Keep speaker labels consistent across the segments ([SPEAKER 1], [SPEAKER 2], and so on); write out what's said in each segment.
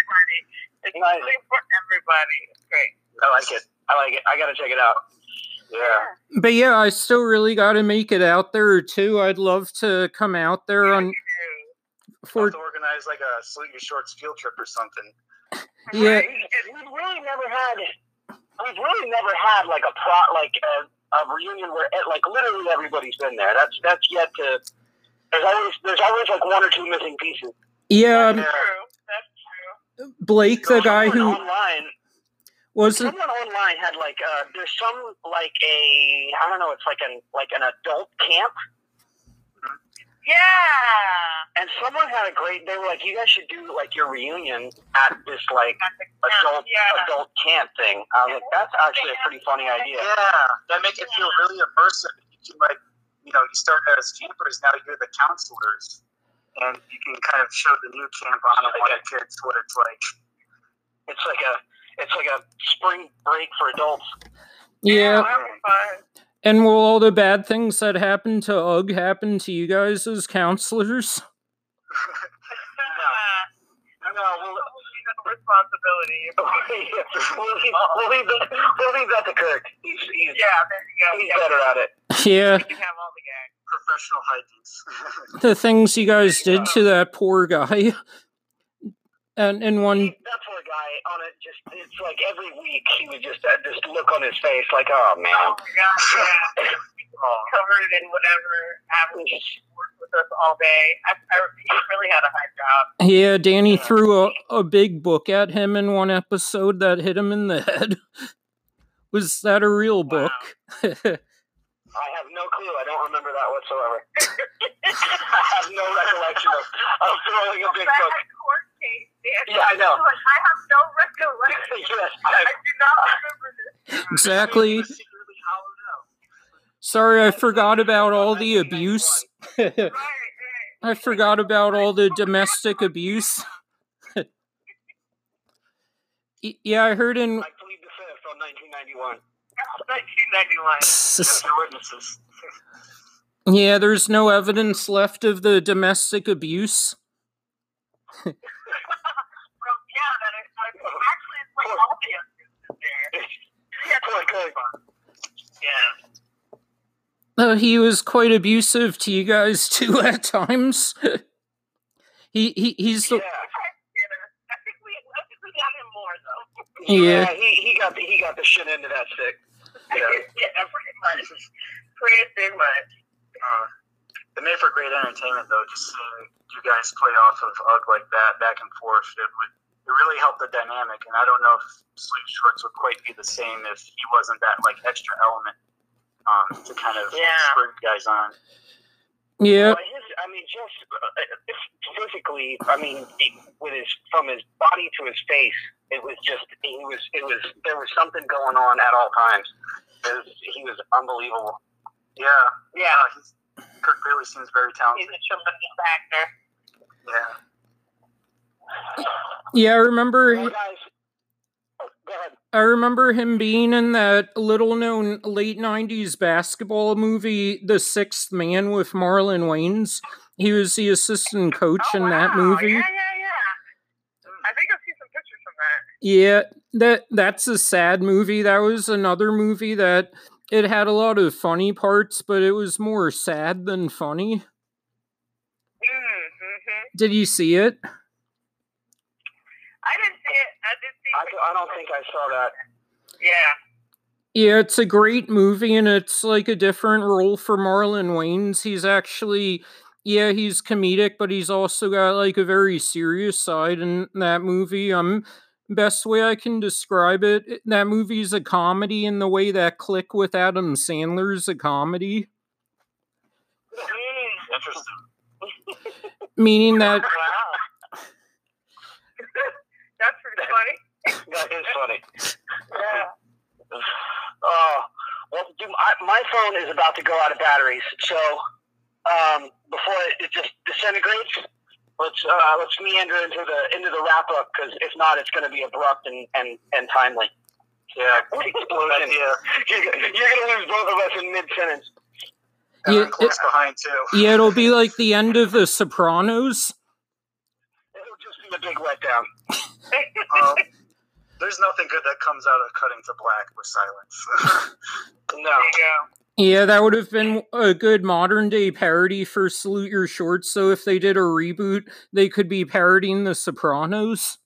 [SPEAKER 1] country. It's
[SPEAKER 2] Nice.
[SPEAKER 1] really for everybody. It's great.
[SPEAKER 2] I
[SPEAKER 3] Oh,
[SPEAKER 2] like it. I like it. I gotta check it out. Yeah.
[SPEAKER 4] But yeah, I still really got to make it out there too. I'd love to come out there on
[SPEAKER 2] We'll
[SPEAKER 4] for
[SPEAKER 2] have to organize like a salute your shorts field trip or something.
[SPEAKER 4] Yeah.
[SPEAKER 1] Right?
[SPEAKER 2] And we've really never had we've really never had like a pro like a, a reunion where eh, like literally everybody's been there. That's that's yet to there's always there's always like one or two missing pieces.
[SPEAKER 4] yeah
[SPEAKER 1] That's
[SPEAKER 4] um,
[SPEAKER 1] true. That's true.
[SPEAKER 4] Blake, the guy
[SPEAKER 2] Someone
[SPEAKER 4] who
[SPEAKER 2] online
[SPEAKER 4] was
[SPEAKER 2] someone online had like uh there's some like a I don't know, it's like an like an adult camp
[SPEAKER 1] Yeah.
[SPEAKER 2] and someone had a great they were like, You guys should do like your reunion at this like adult
[SPEAKER 1] yeah.
[SPEAKER 2] adult camp thing. I was like, that's actually a pretty funny idea.
[SPEAKER 3] Yeah, that make it feel really immersive. You can like, you know, you started out as campers, now you're the counselors, and you can kind of show the new camp on the one kids what it's like.
[SPEAKER 2] It's like a it's like a spring break for adults.
[SPEAKER 4] yeah,
[SPEAKER 1] That was fun.
[SPEAKER 4] and will all the bad things that happened to Ugg happen to you guys as counselors?
[SPEAKER 2] No, we'll,
[SPEAKER 1] responsibility.
[SPEAKER 2] we'll, leave, we'll, leave that, we'll leave that to Kirk. He's, he's,
[SPEAKER 1] Yeah, there you go.
[SPEAKER 2] he's
[SPEAKER 1] Yeah,
[SPEAKER 2] better at it.
[SPEAKER 4] Yeah,
[SPEAKER 1] you have all the gags.
[SPEAKER 3] Professional hikers.
[SPEAKER 4] the things you guys did to that poor guy, and and one
[SPEAKER 2] That poor guy on it just it's like every week he would just uh, this look on his face like, oh
[SPEAKER 1] Oh
[SPEAKER 2] man.
[SPEAKER 1] my god, yeah. Covered in whatever happened. He
[SPEAKER 2] Mm-hmm.
[SPEAKER 1] worked with us all day. I, I, he really had a high job.
[SPEAKER 4] yeah, Danny threw a, a big book at him in one episode that hit him in the head. Was that a real book?
[SPEAKER 2] I have no clue. I don't remember that whatsoever. I have no recollection of, of throwing a big
[SPEAKER 1] That
[SPEAKER 2] book.
[SPEAKER 1] court case, Dan.
[SPEAKER 2] Yeah, I know.
[SPEAKER 1] Like, I have no recollection.
[SPEAKER 2] yes,
[SPEAKER 1] I
[SPEAKER 2] I,
[SPEAKER 1] do not remember this.
[SPEAKER 4] exactly.
[SPEAKER 3] Secretly hollowed out.
[SPEAKER 4] Sorry, I forgot about all the abuse.
[SPEAKER 1] Right, right.
[SPEAKER 4] I forgot about all the domestic abuse. Y- yeah, I heard in
[SPEAKER 2] I plead the fifth on 1991.
[SPEAKER 1] 1991.
[SPEAKER 2] Just your witnesses.
[SPEAKER 4] yeah, there's no evidence left of the domestic abuse.
[SPEAKER 1] From, yeah, that is, that is actually it's like all the others there. Yeah,
[SPEAKER 2] Poor Kirk.
[SPEAKER 1] yeah.
[SPEAKER 4] Uh, he was quite abusive to you guys too at times. he he he's the
[SPEAKER 2] Yeah.
[SPEAKER 1] I think we, I think we got him more though.
[SPEAKER 4] Yeah.
[SPEAKER 2] he, he got the he got the shit into that stick. Yeah.
[SPEAKER 1] yeah, pretty much. Pretty much.
[SPEAKER 3] Uh, it made for great entertainment, though. Just seeing you guys play off of UG like that, back and forth, it would it really helped the dynamic. And I don't know if Sleep Schwartz would quite be the same if he wasn't that like extra element um, to kind of
[SPEAKER 1] Yeah.
[SPEAKER 3] spur you guys on.
[SPEAKER 4] yeah
[SPEAKER 2] Well, his, I mean, just uh, uh, physically, I mean, it, with his from his body to his face, it was just he was it was there was something going on at all times. It was, he was unbelievable.
[SPEAKER 3] Yeah, yeah. He's, Kirk really seems very
[SPEAKER 1] He's a
[SPEAKER 3] talented.
[SPEAKER 1] tremendous actor.
[SPEAKER 3] Yeah.
[SPEAKER 4] yeah. I remember
[SPEAKER 2] Well, guys, oh, go ahead.
[SPEAKER 4] I remember him being in that little known late 90s basketball movie, The Sixth Man with Marlon Wayans. He was the assistant coach in that movie.
[SPEAKER 1] Yeah, yeah, yeah. I think I've seen some pictures from that.
[SPEAKER 4] Yeah, that that's a sad movie. That was another movie that it had a lot of funny parts, but it was more sad than funny.
[SPEAKER 1] Mm-hmm.
[SPEAKER 4] Did you see it?
[SPEAKER 1] I didn't see it. I did see
[SPEAKER 2] I,
[SPEAKER 1] it.
[SPEAKER 2] I don't think I saw that.
[SPEAKER 1] Yeah.
[SPEAKER 4] Yeah, it's a great movie and it's like a different role for Marlon Wayans. He's actually yeah, he's comedic, but he's also got like a very serious side in that movie. Um best way I can describe it, it- that movie's a comedy in the way that click with Adam Sandler's a comedy.
[SPEAKER 1] Mm.
[SPEAKER 3] Interesting.
[SPEAKER 4] Meaning that
[SPEAKER 1] Wow. That's pretty funny.
[SPEAKER 2] That is funny.
[SPEAKER 1] Yeah.
[SPEAKER 2] Oh, well, dude, I, my phone is about to go out of batteries, so um, before it, it just disintegrates, let's uh, let's meander into the into the wrap up because if not, it's going to be abrupt and and, and timely.
[SPEAKER 3] Yeah.
[SPEAKER 2] Explosion.
[SPEAKER 3] Yeah.
[SPEAKER 2] You're, gonna- you're going to lose both of us in mid sentence.
[SPEAKER 3] And
[SPEAKER 4] Yeah,
[SPEAKER 3] I'm close behind too.
[SPEAKER 4] yeah, it'll be like the end of the Sopranos.
[SPEAKER 2] It'll just be a big letdown.
[SPEAKER 3] Um, there's nothing good that comes out of cutting to black with silence.
[SPEAKER 2] No.
[SPEAKER 4] Yeah, that would have been a good modern day parody for Salute Your Shorts. So if they did a reboot, they could be parodying The Sopranos.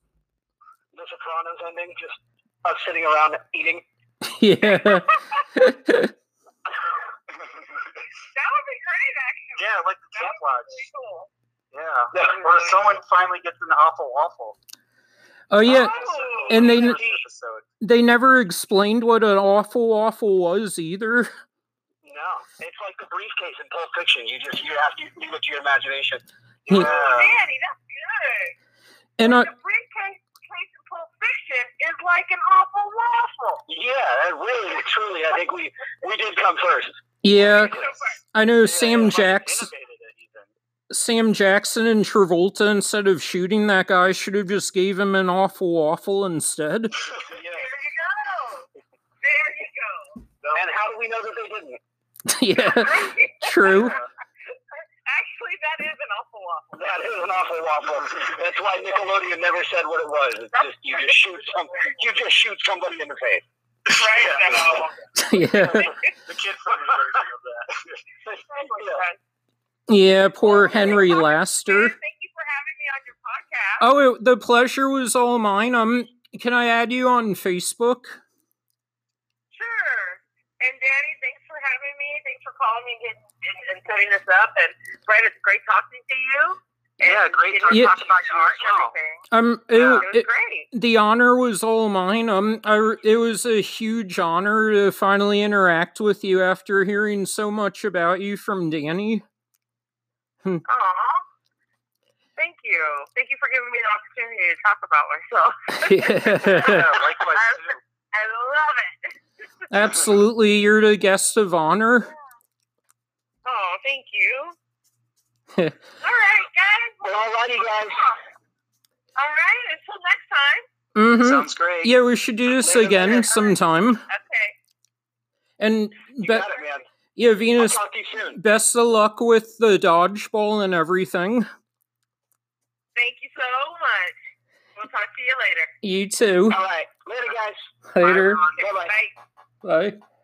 [SPEAKER 2] The Sopranos ending, just us sitting around eating.
[SPEAKER 4] Yeah.
[SPEAKER 1] That would be great, actually.
[SPEAKER 3] yeah, like the
[SPEAKER 1] That
[SPEAKER 3] Cat
[SPEAKER 1] would
[SPEAKER 3] Lodge.
[SPEAKER 1] be really cool.
[SPEAKER 3] Yeah.
[SPEAKER 2] Yeah.
[SPEAKER 3] Or someone finally gets an awful waffle.
[SPEAKER 4] Oh yeah,
[SPEAKER 1] Oh,
[SPEAKER 4] And they-
[SPEAKER 3] First episode.
[SPEAKER 4] they never explained what an awful awful was either.
[SPEAKER 2] No, it's like the briefcase in Pulp Fiction. You just you have to leave it to your imagination.
[SPEAKER 4] Yeah.
[SPEAKER 3] Yeah.
[SPEAKER 1] Danny, that's good.
[SPEAKER 4] And I,
[SPEAKER 1] The briefcase case in Pulp Fiction is like an awful waffle.
[SPEAKER 2] Yeah, that really, truly, I think we we did come first.
[SPEAKER 4] yeah,
[SPEAKER 1] So far-
[SPEAKER 4] I know
[SPEAKER 3] Yeah,
[SPEAKER 4] Sam
[SPEAKER 3] they fucking
[SPEAKER 4] Jackson,
[SPEAKER 3] innovated it even.
[SPEAKER 4] Sam Jackson and Travolta instead of shooting that guy should have just gave him an awful awful instead.
[SPEAKER 2] Yeah.
[SPEAKER 1] There you go. There you go.
[SPEAKER 2] And how do we know that they didn't?
[SPEAKER 4] yeah, true.
[SPEAKER 1] Actually, that is an awful waffle.
[SPEAKER 2] That is an awful waffle. That's why Nickelodeon never said what it was. It's just you just shoot some you just shoot somebody in the face.
[SPEAKER 1] Right?
[SPEAKER 3] Yeah.
[SPEAKER 1] That's awful.
[SPEAKER 4] yeah,
[SPEAKER 3] The kid friendly version of that.
[SPEAKER 4] yeah. Poor Henry Laster.
[SPEAKER 1] Thank you for having me on your podcast.
[SPEAKER 4] Oh, it, the pleasure was all mine. Um, can I add you on Facebook?
[SPEAKER 1] Sure. And Danny, thanks for having me. Thanks for calling me and, and, and setting this up. And Brett, it's great talking to you. And
[SPEAKER 3] Yeah, great
[SPEAKER 1] getting to
[SPEAKER 4] talking
[SPEAKER 1] talk
[SPEAKER 3] to
[SPEAKER 1] about
[SPEAKER 3] you
[SPEAKER 1] your art
[SPEAKER 3] as
[SPEAKER 1] and
[SPEAKER 3] well.
[SPEAKER 1] everything.
[SPEAKER 4] Um, it-
[SPEAKER 3] Yeah.
[SPEAKER 1] It was
[SPEAKER 4] it-
[SPEAKER 1] great.
[SPEAKER 4] the honor was all mine. Um, I, it was a huge honor to finally interact with you after hearing so much about you from Danny.
[SPEAKER 1] Aw. Thank you. Thank you for giving me the opportunity to talk about myself.
[SPEAKER 3] Yeah, likewise too.
[SPEAKER 1] I love it.
[SPEAKER 4] Absolutely, you're the guest of honor.
[SPEAKER 1] Oh, thank you. All right, guys.
[SPEAKER 2] Well, alrighty, guys.
[SPEAKER 1] All right. Until next time.
[SPEAKER 4] hmm
[SPEAKER 3] Sounds great.
[SPEAKER 4] Yeah, we should do this again sometime.
[SPEAKER 1] Okay.
[SPEAKER 4] And
[SPEAKER 2] You
[SPEAKER 4] be-
[SPEAKER 2] got it, man.
[SPEAKER 4] yeah,
[SPEAKER 2] I'll
[SPEAKER 4] Venus,
[SPEAKER 2] talk to you soon.
[SPEAKER 4] best of luck with the dodgeball and everything.
[SPEAKER 1] Thank you so much. We'll talk to you later.
[SPEAKER 4] You too.
[SPEAKER 2] All right. Later, guys.
[SPEAKER 4] Later.
[SPEAKER 3] Bye, everyone.
[SPEAKER 2] Bye-bye.
[SPEAKER 1] Bye.
[SPEAKER 4] Bye.